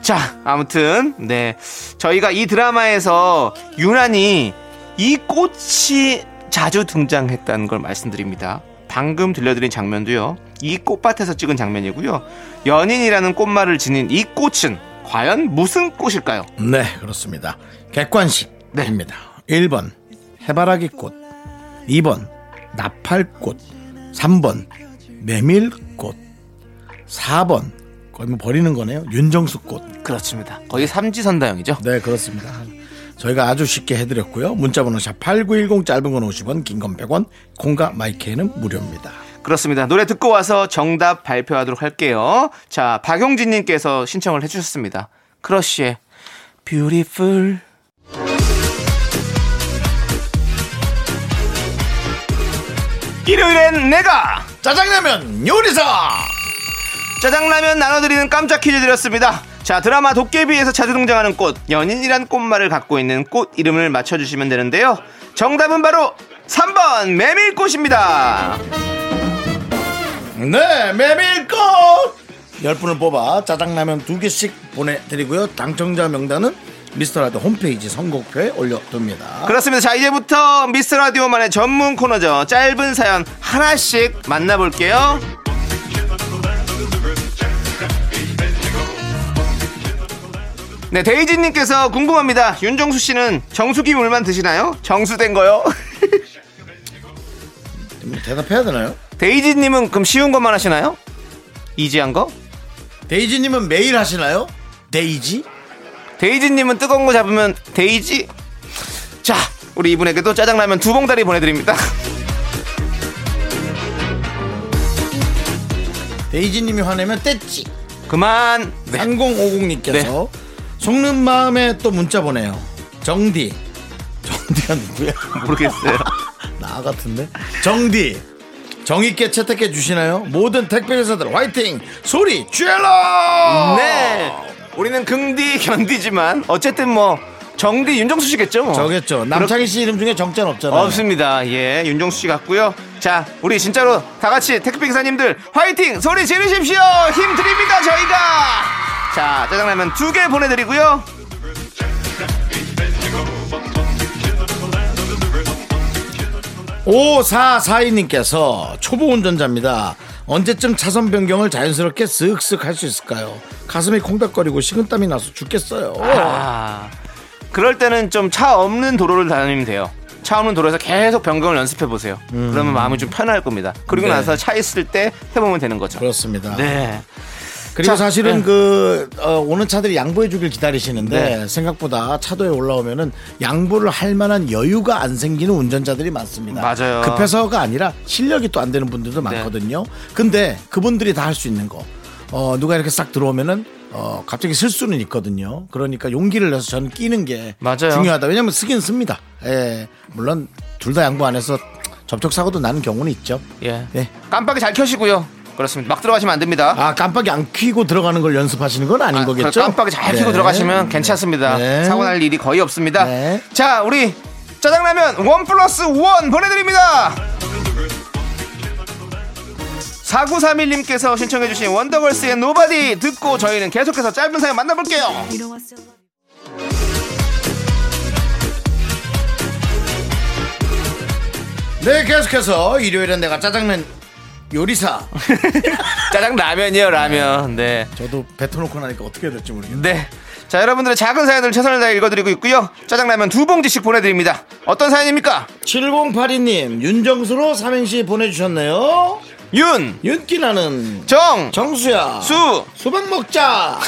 자, 아무튼 네. 저희가 이 드라마에서 유난히 이 꽃이 자주 등장했다는 걸 말씀드립니다. 방금 들려드린 장면도요. 이 꽃밭에서 찍은 장면이고요. 연인이라는 꽃말을 지닌 이 꽃은 과연 무슨 꽃일까요?
네, 그렇습니다. 객관식입니다. 1번 해바라기 꽃, 2번 나팔꽃, 3번 메밀꽃, 4번 거의 뭐 버리는 거네요. 윤정수 꽃.
그렇습니다. 거의 삼지선다형이죠.
네, 그렇습니다. 저희가 아주 쉽게 해드렸고요. 문자번호 샵 8910 짧은 건 50원, 긴 건 100원, 콩과 마이크에는 무료입니다.
그렇습니다. 노래 듣고 와서 정답 발표하도록 할게요. 자, 박용진님께서 신청을 해주셨습니다. 크러쉬의 Beautiful. 일요일엔 내가
짜장라면 요리사!
짜장라면 나눠드리는 깜짝 퀴즈 드렸습니다. 자, 드라마 도깨비에서 자주 등장하는 꽃, 연인이란 꽃말을 갖고 있는 꽃 이름을 맞춰주시면 되는데요. 정답은 바로 3번 메밀꽃입니다.
네, 메밀꽃! 10분을 뽑아 짜장라면 2개씩 보내드리고요. 당첨자 명단은 미스터라드 홈페이지 선곡표에 올려둡니다.
그렇습니다. 자, 이제부터 미스 라디오만의 전문 코너죠. 짧은 사연 하나씩 만나볼게요. 네, 데이지님께서 궁금합니다. 윤정수 씨는 정수기 물만 드시나요? 정수된 거요?
음, 대답해야 되나요?
데이지님은 그럼 쉬운 것만 하시나요? 이지한 거?
데이지님은 매일 하시나요? 데이지?
데이지님은 뜨거운 거 잡으면 데이지? 자, 우리 이분에게도 짜장라면 두 봉다리 보내드립니다.
데이지님이 화내면 떼찌.
그만. 네.
3050님께서 속는 마음에 또 문자 보내요. 정디. 정디가 누구야?
모르겠어요.
나 같은데? 정디. 정의께 채택해 주시나요? 모든 택배회사들 화이팅! 소리 쥐어라!
네. 우리는 긍디 견디지만 어쨌든 뭐 정디 윤정수 씨겠죠. 뭐.
저겠죠. 남창희 씨 이름 중에 정자는 없잖아요.
없습니다. 예, 윤정수 씨 같고요. 자, 우리 진짜로 다 같이 택배 기사님들 화이팅 소리 지르십시오. 힘 드립니다 저희가. 자, 짜장라면 두 개 보내드리고요.
오사사이님께서 초보 운전자입니다. 언제쯤 차선 변경을 자연스럽게 쓱쓱 할 수 있을까요? 가슴이 콩닥거리고 식은땀이 나서 죽겠어요.
아, 그럴 때는 좀 차 없는 도로를 다니면 돼요. 차 없는 도로에서 계속 변경을 연습해 보세요. 그러면 마음이 좀 편할 겁니다. 그리고
네.
나서 차 있을 때 해보면 되는 거죠.
그렇습니다.
네.
그리고
자,
사실은
네.
그 어, 오는 차들이 양보해 주길 기다리시는데
네.
생각보다 차도에 올라오면은 양보를 할 만한 여유가 안 생기는 운전자들이 많습니다.
맞아요. 네.
급해서가 아니라 실력이 또 안 되는 분들도 많거든요. 근데 그분들이 다 할 수 있는 거. 어, 누가 이렇게 싹 들어오면은 어, 갑자기 쓸 수는 있거든요. 그러니까 용기를 내서 저는 끼는 게
맞아요.
중요하다. 왜냐면 쓰긴 씁니다. 예. 물론 둘 다 양보 안 해서 접촉 사고도 나는 경우는 있죠.
예.
예.
깜빡이 잘 켜시고요. 그렇습니다. 막 들어가시면 안 됩니다.
아 깜빡이 안 켜고 들어가는 걸 연습하시는 건 아닌
아,
거겠죠?
깜빡이 잘
네.
켜고 들어가시면 괜찮습니다.
네.
사고 날 일이 거의 없습니다.
네.
자, 우리 짜장라면 원 플러스 원 보내드립니다. 4931님께서 신청해주신 원더걸스의 노바디 듣고 저희는 계속해서 짧은 사연 만나볼게요.
네 계속해서 일요일엔 내가 짜장면 요리사.
짜장 라면이요 라면. 네.
저도 뱉어놓고 나니까 어떻게 해야 될지 모르겠네요.
네. 자 여러분들의 작은 사연을 최선을 다해 읽어드리고 있고요. 짜장라면 두 봉지씩 보내드립니다. 어떤 사연입니까?
7082님, 윤정수로 삼행시 보내주셨네요.
윤,
윤기 나는
정,
정수야.
수
수박 먹자.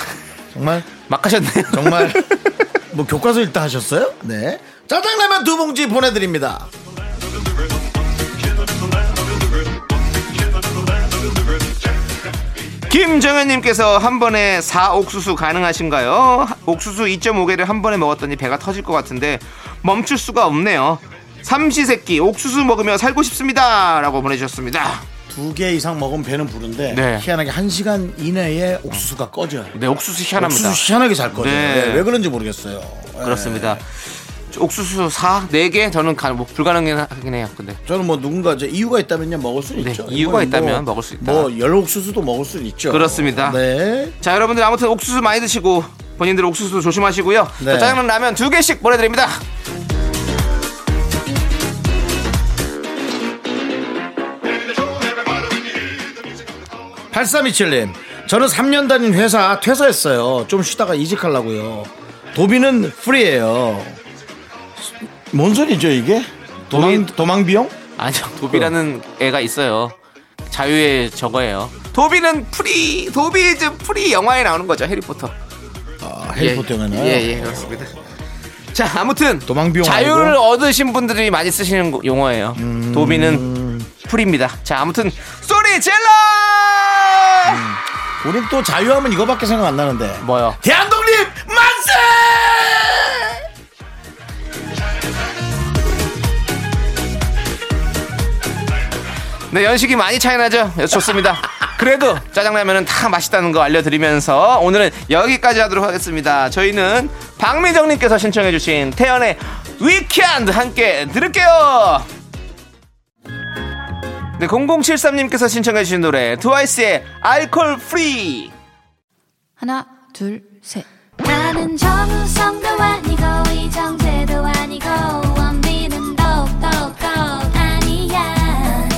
정말
막하셨네요.
정말 뭐 교과서 읽다 하셨어요? 네. 짜장라면 두 봉지 보내드립니다.
김정현님께서 한 번에 4 옥수수 가능하신가요? 옥수수 2.5개를 한 번에 먹었더니 배가 터질 것 같은데 멈출 수가 없네요. 삼시세끼 옥수수 먹으며 살고 싶습니다라고 보내주셨습니다.
두 개 이상 먹으면 배는 부른데
네.
희한하게 한 시간 이내에 옥수수가 꺼져요.
네 옥수수 희한합니다.
옥수수 희한하게 잘 꺼져요.
네.
네, 왜 그런지 모르겠어요.
그렇습니다. 저 옥수수 4, 4개 저는 가, 뭐 불가능하긴 해요. 근데
저는 뭐 누군가 이제 이유가 있다면요 먹을 수
네,
있죠.
이유가
이거는
있다면 먹을 수 있다.
뭐 열옥수수도 먹을 수 있죠.
그렇습니다.
네.
자 여러분들 아무튼 옥수수 많이 드시고 본인들 옥수수 조심하시고요.
네.
자, 짜장면 라면 두 개씩 보내드립니다.
팔삼이7님 저는 3년 다닌 회사 퇴사했어요. 좀 쉬다가 이직하려고요. 도비는 프리예요. 뭔 소리죠 이게? 도망 도망 비용?
아니요 도비라는 애가 있어요 자유의 저거예요 도비는 프리 도비 이제 프리 영화에 나오는 거죠 해리포터
아, 해리포터 영화는
예예 그렇습니다 자 아무튼
도망 비용
자유를
말고? 음.
얻으신 분들이 많이 쓰시는 거- 용어예요 도비는 프리입니다 자 아무튼 소리 질러
우린 또 자유하면 이거밖에 생각 안 나는데.
뭐요
대한독립 만세!
네 연식이 많이 차이나죠 예, 좋습니다 그래도 짜장라면은 다 맛있다는 거 알려드리면서 오늘은 여기까지 하도록 하겠습니다 저희는 박미정님께서 신청해주신 태연의 위키한드 함께 들을게요 네 0073님께서 신청해주신 노래 트와이스의 알콜 프리
하나, 둘, 셋.
나는 정우성도 아니고 이정재도 아니고 원빈은 더욱더 아니야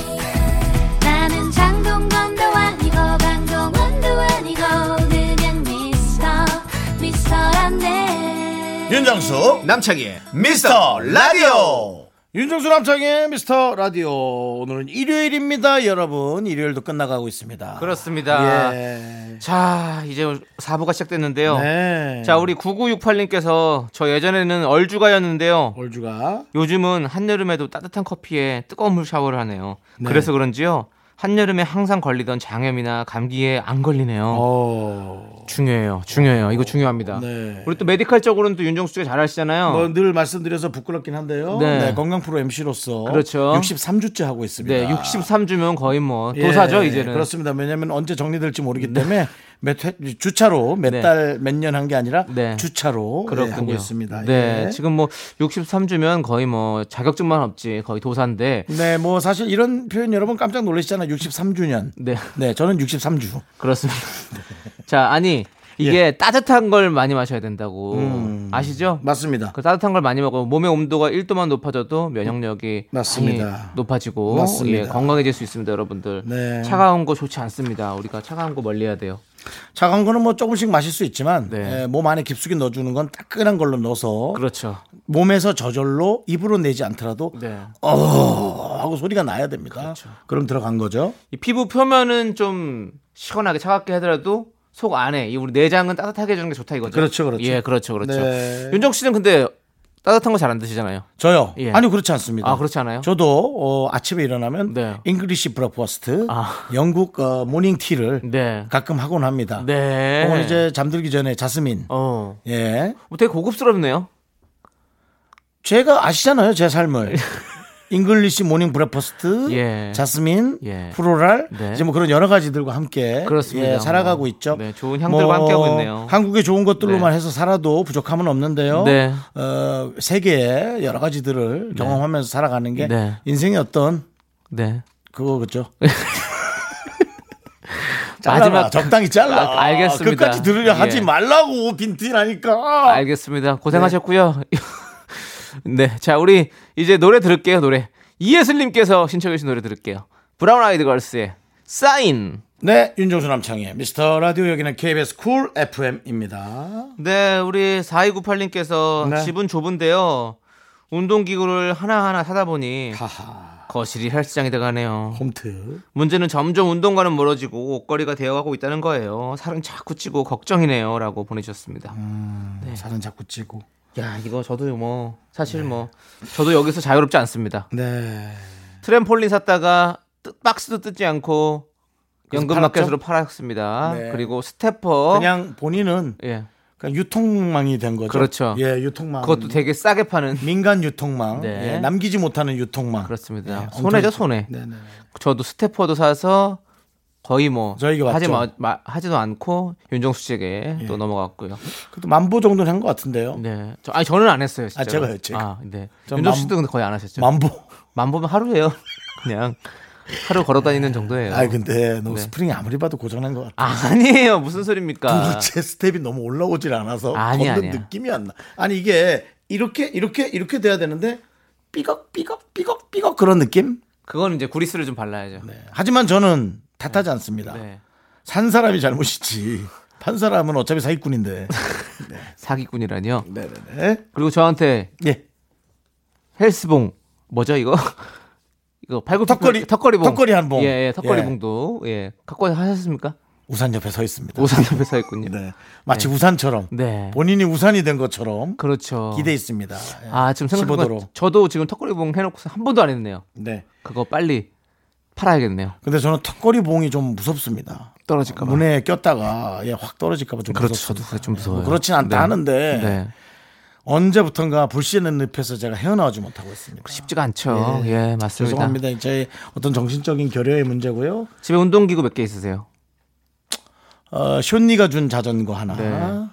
나는 장동건도 아니고 강동원도 아니고 그냥 미스터 미스터란데
윤정수 남창희의 미스터 라디오 윤정수 남창희의 미스터 라디오 오늘은 일요일입니다 여러분 일요일도 끝나가고 있습니다
그렇습니다
예.
자 이제 4부가 시작됐는데요
네.
어. 자 우리 9968님께서 저 예전에는 얼주가였는데요
어. 월주가
요즘은 한여름에도 따뜻한 커피에 뜨거운 물 샤워를 하네요. 그래서 그런지요. 한여름에 항상 걸리던 장염이나 감기에 안 걸리네요.
어.
중요해요. 중요해요. 이거 중요합니다.
네.
아, 우리 또 메디컬적으로는 또 윤정수 씨가 잘 아시잖아요.
뭐 늘 말씀드려서 부끄럽긴 한데요
네.
네, 건강 프로 MC로서
그렇죠.
63주째 하고 있습니다
네, 63주면 거의 뭐
예,
도사죠, 이제는.
그렇습니다. 왜냐하면 언제 정리될지 모르기 때문에 몇 회, 주차로 몇
네.
달 몇 년 한 게 아니라
네.
주차로 예,
그렇군요.
하고 있습니다.
네,
예.
지금 뭐 63주면 거의 뭐 자격증만 없지 거의 도사인데.
네, 뭐 사실 이런 표현 여러분 깜짝 놀라시잖아요. 63주년.
네,
네, 저는 63주.
그렇습니다. 자, 아니 이게 따뜻한 걸 많이 마셔야 된다고 아시죠?
예. 음. 맞습니다.
그 따뜻한 걸 많이 먹으면 몸의 온도가 1도만 높아져도 면역력이
맞습니다.
많이 높아지고
맞습니다.
예, 건강해질 수 있습니다, 여러분들.
네.
차가운 거 좋지 않습니다. 우리가 차가운 거 멀리해야 돼요.
차가운 거는 뭐 조금씩 마실 수 있지만
네.
예, 몸 안에 깊숙이 넣어주는 건 따끈한 걸로 넣어서
그렇죠.
몸에서 저절로 입으로 내지 않더라도
네.
어 하고 소리가 나야 됩니다.
그렇죠.
그럼 들어간 거죠.
이 피부 표면은 좀 시원하게 차갑게 하더라도 속 안에 이 우리 내장은 따뜻하게 해주는 게 좋다 이거죠.
그렇죠, 그렇죠.
예, 그렇죠, 그렇죠.
네.
윤정 씨는 근데 따뜻한 거 잘 안 드시잖아요.
저요.
예.
아니 그렇지 않습니다.
아, 그렇지 않아요?
저도 어, 아침에 일어나면
네.
잉글리시 브라포스트
아.
영국 어, 모닝 티를
네.
가끔 하곤 합니다.
네.
혹은 이제 잠들기 전에 자스민.
어,
예.
뭐 되게 고급스럽네요.
제가 아시잖아요, 제 삶을. 잉글리시 모닝 브레퍼스트,
예.
자스민,
예.
프로랄,
네.
이제 뭐 그런 여러 가지들과 함께
그렇습니다.
예, 살아가고
뭐,
있죠. 뭐
네, 좋은 향들과 함께하고 있네요.
한국의 좋은 것들로만 해서 살아도 부족함은 없는데요.
네.
어, 세계의 여러 가지들을 경험하면서 살아가는 게
네.
인생의 어떤
네.
그거겠죠.
마지막
마지막 적당히 잘라.
아, 알겠습니다.
끝까지 들으려 하지
예.
말라고 빈티나니까.
알겠습니다. 고생하셨고요. 네, 자 우리 이제 노래 들을게요. 노래 이예슬님께서 신청해주신 노래 들을게요. 브라운 아이드 걸스의 사인.
네, 윤정수 남창희의 미스터 라디오 여기는 KBS 쿨 FM입니다.
네, 우리 4298님께서
네.
집은 좁은데요. 운동기구를 하나하나 사다 보니
하하.
거실이 헬스장이 돼가네요.
홈트.
문제는 점점 운동과는 멀어지고 옷걸이가 되어가고 있다는 거예요. 살은 자꾸 찌고 걱정이네요. 라고 보내주셨습니다. 네.
살은 자꾸 찌고.
야, 이거 저도 뭐, 사실 뭐, 저도 여기서 자유롭지 않습니다.
네.
트램폴린 샀다가 뜨- 박스도 뜯지 않고
그래서
연금마켓으로 팔았습니다.
네.
그리고 스태퍼.
그냥 본인은
예.
그냥 유통망이 된 거죠.
그렇죠.
예, 유통망.
그것도 되게 싸게 파는.
민간 유통망.
네.
예, 남기지 못하는 유통망.
그렇습니다.
네,
손해죠,
엄청-
손해.
네, 네.
저도 스태퍼도 사서 거의 뭐
저에게
하지
왔죠. 예.
마, 마- 하지도 않고 윤정수 씨에게 또 넘어갔고요.
그래도 만보 정도는 한 것 같은데요.
네. 저, 아니 저는 안 했어요, 진짜.
아, 제가요, 제가.
아, 네.
전
윤정수
만-
씨도 근데 거의 안 하셨죠.
만보.
만 보면 하루예요. 그냥 하루 걸어 다니는 정도예요.
아 근데 너무
네.
스프링이 아무리 봐도 고장난 것 같아.
아니에요. 무슨 소리입니까?
제 스텝이 너무 올라오질 않아서
아니,
걷는
아니야.
느낌이 안 나. 아니 이게 이렇게 이렇게 이렇게 돼야 되는데 삐걱 삐걱 삐걱 삐걱 그런 느낌?
그건 이제 구리스를 좀 발라야죠.
네. 하지만 저는 탓하지 않습니다.
네.
산 사람이 잘못이지. 판 사람은 어차피 사기꾼인데.
사기꾼이라뇨.
네네네.
그리고 저한테
예.
헬스봉 뭐죠 이거? 이거 팔굽
턱걸이-
턱걸이봉
턱걸이 한 봉.
예, 예
예.
턱걸이봉도 예 갖고 하셨습니까?
우산 옆에 서 있습니다.
우산 옆에 서 있군요. 네.
네. 마치 우산처럼. 본인이 우산이 된 것처럼
그렇죠.
기대 있습니다. 예.
아 지금 생각보다
15도로.
저도 지금 턱걸이봉 해놓고서 한 번도 안 했네요.
네.
그거 빨리 팔아야겠네요.
근데 저는 턱걸이 봉이 좀 무섭습니다.
떨어질까 봐.
문에 꼈다가 예, 확 떨어질까봐 좀
그러니까 그렇죠.
무섭습니다.
저도 그게 좀 무서워요.
뭐 그렇진 않다 하는데
네.
언제부턴가 불씨는 늪에서 제가 헤어나오지 못하고 있습니다.
쉽지가 않죠. 예, 맞습니다.
죄송합니다. 저희 어떤 정신적인 결여의 문제고요.
집에 운동기구 몇 개 있으세요?
어, 쇼니가 준 자전거 하나.
네.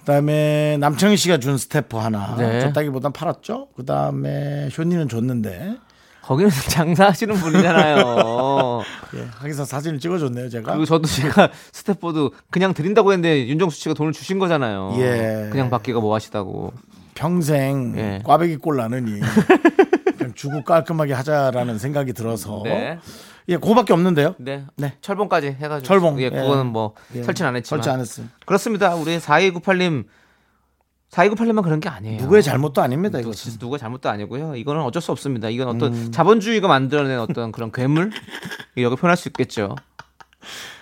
그다음에 남창희 씨가 준 스태퍼 하나.
네.
줬다기보단 팔았죠. 그다음에 쇼니는 줬는데.
거기는 장사하시는 분이잖아요.
예, 하기사 사진을 찍어줬네요, 제가.
그리고 저도 제가 스태프보드 그냥 드린다고 했는데 윤정수 씨가 돈을 주신 거잖아요.
예.
그냥 받기가 뭐 하시다고.
평생
예.
꽈배기 꼴 나느니 그냥 주고 깔끔하게 하자라는 생각이 들어서
네.
예, 그거밖에 없는데요.
네.
네.
철봉까지 해가지고.
철봉.
예, 그거는 뭐
예.
설치는 안 했지만.
설치 안 했어요.
그렇습니다. 우리 4298님. 4298님만 그런 게 아니에요.
누구의 잘못도 아닙니다, 이거.
누- 진짜 누구의 잘못도 아니고요. 이거는 어쩔 수 없습니다. 이건 어떤
음.
자본주의가 만들어낸 어떤 그런 괴물? 이렇게 표현할 수 있겠죠.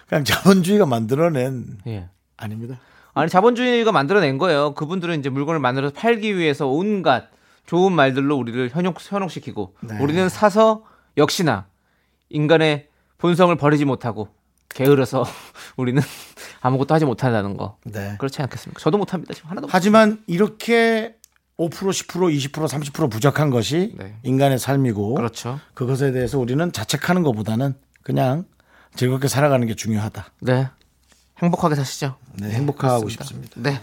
그냥 자본주의가 만들어낸
예.
아닙니다.
아니 자본주의가 만들어낸 거예요. 그분들은 이제 물건을 만들어서 팔기 위해서 온갖 좋은 말들로 우리를 현혹 현혹시키고 우리는 사서 역시나 인간의 본성을 버리지 못하고 게으러서 우리는 아무것도 하지 못한다는 거.
네.
그렇지 않겠습니까? 저도 못합니다. 지금 하나도 못.
하지만 이렇게 5% 10% 20% 30% 부족한 것이
네.
인간의 삶이고
그렇죠.
것에 대해서 우리는 자책하는 것보다는 그냥 즐겁게 살아가는 게 중요하다.
네. 행복하게 사시죠.
네, 행복하고 싶습니다.
네.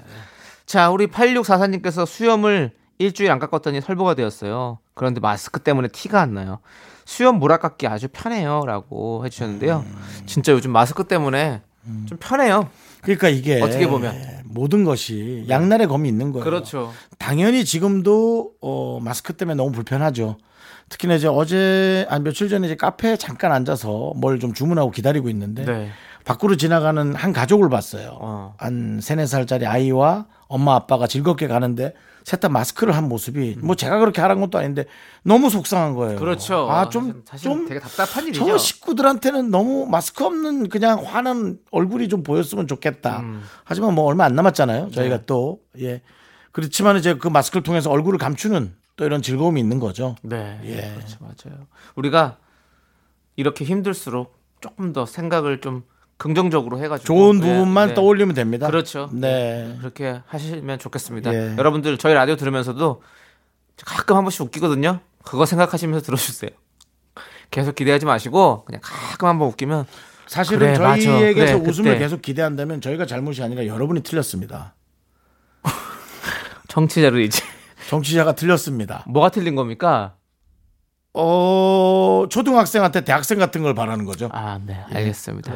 자, 우리 8644님께서 수염을 일주일 안 깎았더니 설보가 되었어요. 그런데 마스크 때문에 티가 안 나요. 수염 모락 깎기 아주 편해요. 라고 해주셨는데요.
음.
진짜 요즘 마스크 때문에 좀 편해요.
그러니까 이게 예,
어떻게 보면.
모든 것이 양날의 검이 있는 거예요.
그렇죠.
당연히 지금도 어, 마스크 때문에 너무 불편하죠. 특히나 이제 어제 아니 며칠 전에 이제 카페에 잠깐 앉아서 뭘 좀 주문하고 기다리고 있는데
네.
밖으로 지나가는 한 가족을 봤어요.
어.
한 세네 살짜리 아이와 엄마 아빠가 즐겁게 가는데 셋 다 마스크를 한 모습이 뭐 제가 그렇게 하라는 것도 아닌데 너무 속상한 거예요.
그렇죠.
아 좀
사실
좀
되게 답답한 일이죠.
저 식구들한테는 너무 마스크 없는 그냥 화난 얼굴이 좀 보였으면 좋겠다.
음.
하지만 뭐 얼마 안 남았잖아요.
네.
저희가 또 예. 그렇지만 이제 그 마스크를 통해서 얼굴을 감추는 또 이런 즐거움이 있는 거죠.
네.
예.
그렇죠. 맞아요. 우리가 이렇게 힘들수록 조금 더 생각을 좀 긍정적으로 해가지고
좋은
예,
부분만
네.
떠올리면 됩니다.
그렇죠.
네.
그렇게 하시면 좋겠습니다.
예.
여러분들 저희 라디오 들으면서도 가끔 한 번씩 웃기거든요. 그거 생각하시면서 들어주세요. 계속 기대하지 마시고 그냥 가끔 한 번 웃기면
사실은
그래, 맞아.
저희에게서
그래,
웃음을
그때.
계속 기대한다면 저희가 잘못이 아니라 여러분이 틀렸습니다.
정치자로 이제
정치자가 틀렸습니다.
뭐가 틀린 겁니까?
어, 초등학생한테 대학생 같은 걸 바라는 거죠.
아, 네, 알겠습니다.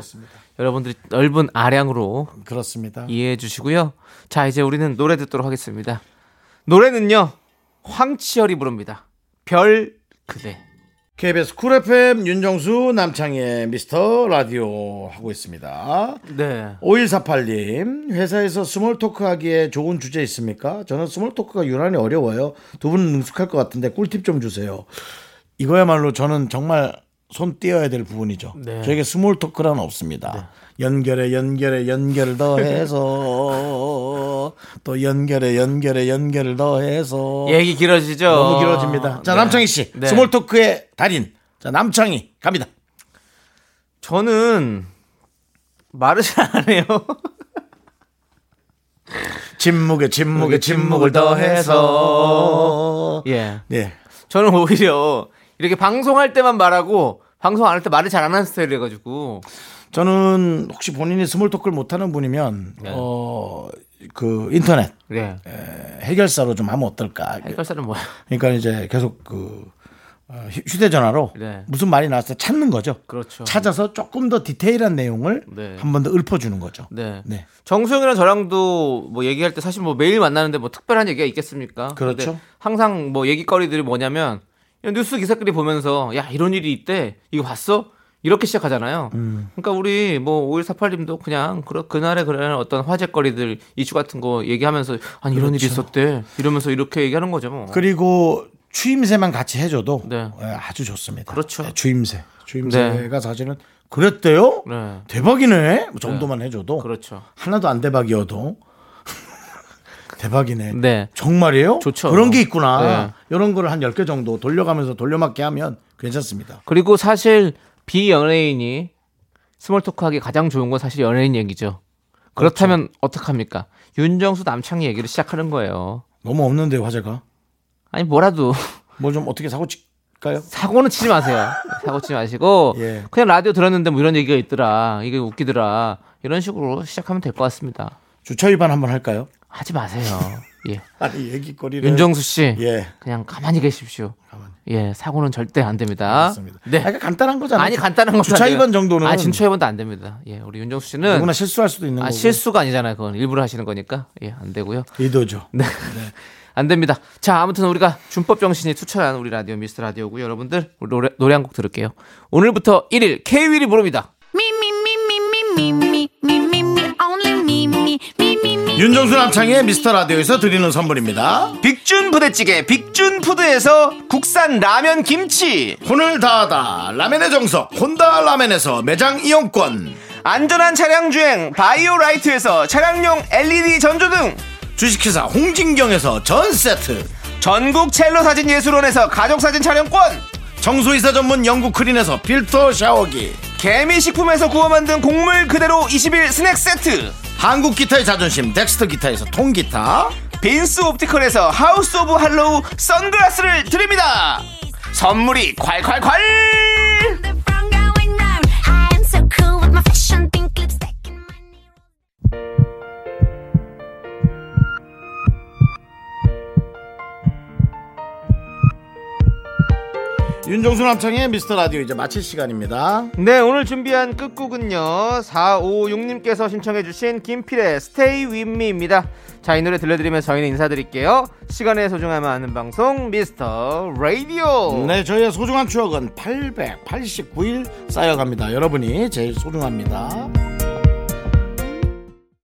여러분들이 넓은 아량으로
그렇습니다.
이해해 주시고요. 자, 이제 우리는 노래 듣도록 하겠습니다. 노래는요, 황치열이 부릅니다. 별 그대.
KBS 쿨 FM 윤정수 남창희의 미스터 라디오 하고 있습니다.
네.
5148님, 회사에서 스몰 토크 하기에 좋은 주제 있습니까? 저는 스몰 토크가 유난히 어려워요. 두 분은 능숙할 것 같은데 꿀팁 좀 주세요. 이거야말로 저는 정말 손 띄어야 될 부분이죠.
네.
저에게 스몰 토크란 없습니다. 연결에 연결에 연결 더해서 또 연결에 연결에 연결 더해서
얘기 길어지죠.
너무 길어집니다. 자,
네.
남창희 씨,
네.
스몰 토크의 달인. 자, 남창희 갑니다.
저는 말을 잘 안 해요.
침묵에 침묵에 침묵을 더해서
예.
예.
저는 오히려 이렇게 방송할 때만 말하고 방송 안 할 때 말을 잘 안 하는 스타일이라 가지고
저는 혹시 본인이 스몰 토크를 못하는 분이면
네.
어 그 인터넷
예.
네. 해결사로 좀 하면 어떨까?
해결사는 뭐야?
그러니까 이제 계속 그 어, 휴- 휴대전화로
네.
무슨 말이 나왔을 때 찾는 거죠.
그렇죠.
찾아서 조금 더 디테일한 내용을
네.
한 번 더 읊어주는 거죠.
네.
네.
정수영이랑 저랑도 뭐 얘기할 때 사실 뭐 매일 만나는데 뭐 특별한 얘기가 있겠습니까?
그렇죠.
근데 항상 뭐 얘기거리들이 뭐냐면 이런 뉴스 기사거리 보면서 야 이런 일이 있대 이거 봤어? 이렇게 시작하잖아요.
음.
그러니까 우리 뭐 5148님도 그냥 그 그날에 그날 어떤 화제거리들 이슈 같은 거 얘기하면서 아니 이런 일이 있었대 이러면서 이렇게 얘기하는 거죠 뭐.
그렇죠. 그리고 추임새만 같이 해줘도
네.
예, 아주 좋습니다.
그렇죠.
예, 추임새. 추임새가 사실은 그랬대요?
네.
대박이네 그 정도만 해줘도
그렇죠.
하나도 안 대박이어도 대박이네.
네.
정말이에요?
좋죠. 네.
그런 게 있구나. 이런 거를 한 10개 정도 돌려가면서 돌려막기 하면 괜찮습니다.
그리고 사실 비연예인이 스몰 토크하기 가장 좋은 건 사실 연예인 얘기죠. 그렇다면
그렇죠.
어떡합니까? 윤정수 남창희 얘기를 시작하는 거예요.
너무 없는데 화제가.
아니 뭐라도
뭘 좀 어떻게 사고 칠까요?
사고는 치지 마세요. 사고 치지 마시고
예.
그냥 라디오 들었는데 뭐 이런 얘기가 있더라. 이게 웃기더라. 이런 식으로 시작하면 될 것 같습니다.
주차 위반 한번 할까요?
하지 마세요. 예.
아니 얘기거리를
윤정수 씨
네. 예.
그냥 가만히 계십시오. 예, 사고는 절대 안 됩니다.
맞습니다.
네.
아, 그러니까 간단한 거잖아요.
아니 간단한 거
주차 위반 정도는
아 진짜 이번도 안 됩니다. 예, 우리 윤정수 씨는
누구나 실수할 수도 있는
아
거고.
실수가 아니잖아요. 그건 일부러 하시는 거니까 예 안 되고요.
의도죠.
네. 안 됩니다. 자, 아무튼 우리가 준법 정신이 추천한 우리 라디오 미스터 라디오고 요 여러분들 우리 노래 노래 한 곡 들을게요. 오늘부터 1일 K-윌이 부릅니다.
Me, me, me, me, me, me, me, me, me, me, only me, me, me, me, me.
윤정수 남창의 미스터 라디오에서 드리는 선물입니다.
빅준 부대찌개 빅준푸드에서 국산 라면 김치
혼을 다하다 라멘의 정석 혼다 라멘에서 매장 이용권
안전한 차량 주행 바이오라이트에서 차량용
E
LED 전조등
주식회사 홍진경에서 전세트
전국 첼로 사진 예술원에서 가족 사진 촬영권
청소이사 전문 영국 크린에서 필터 샤워기
개미식품에서 구워 만든 곡물 그대로 20일 스낵 세트
한국 기타의 자존심 덱스터 기타에서 통기타
빈스 옵티컬에서 하우스 오브 할로우 선글라스를 드립니다 선물이 콸콸콸
The wrong going round. I am so cool with my fashion pink lipstick and my nails.
윤정수 남창의 미스터 라디오 이제 마칠 시간입니다
네, 오늘 준비한 끝곡은요. 456님께서 신청해 주신 김필의 Stay With Me입니다. 자, 이 노래 들려드리면서 저희는 인사드릴게요. 시간의 소중함을 아는 방송 미스터 라디오.
네 저희의 소중한 추억은 889일 쌓여갑니다 여러분이 제일 소중합니다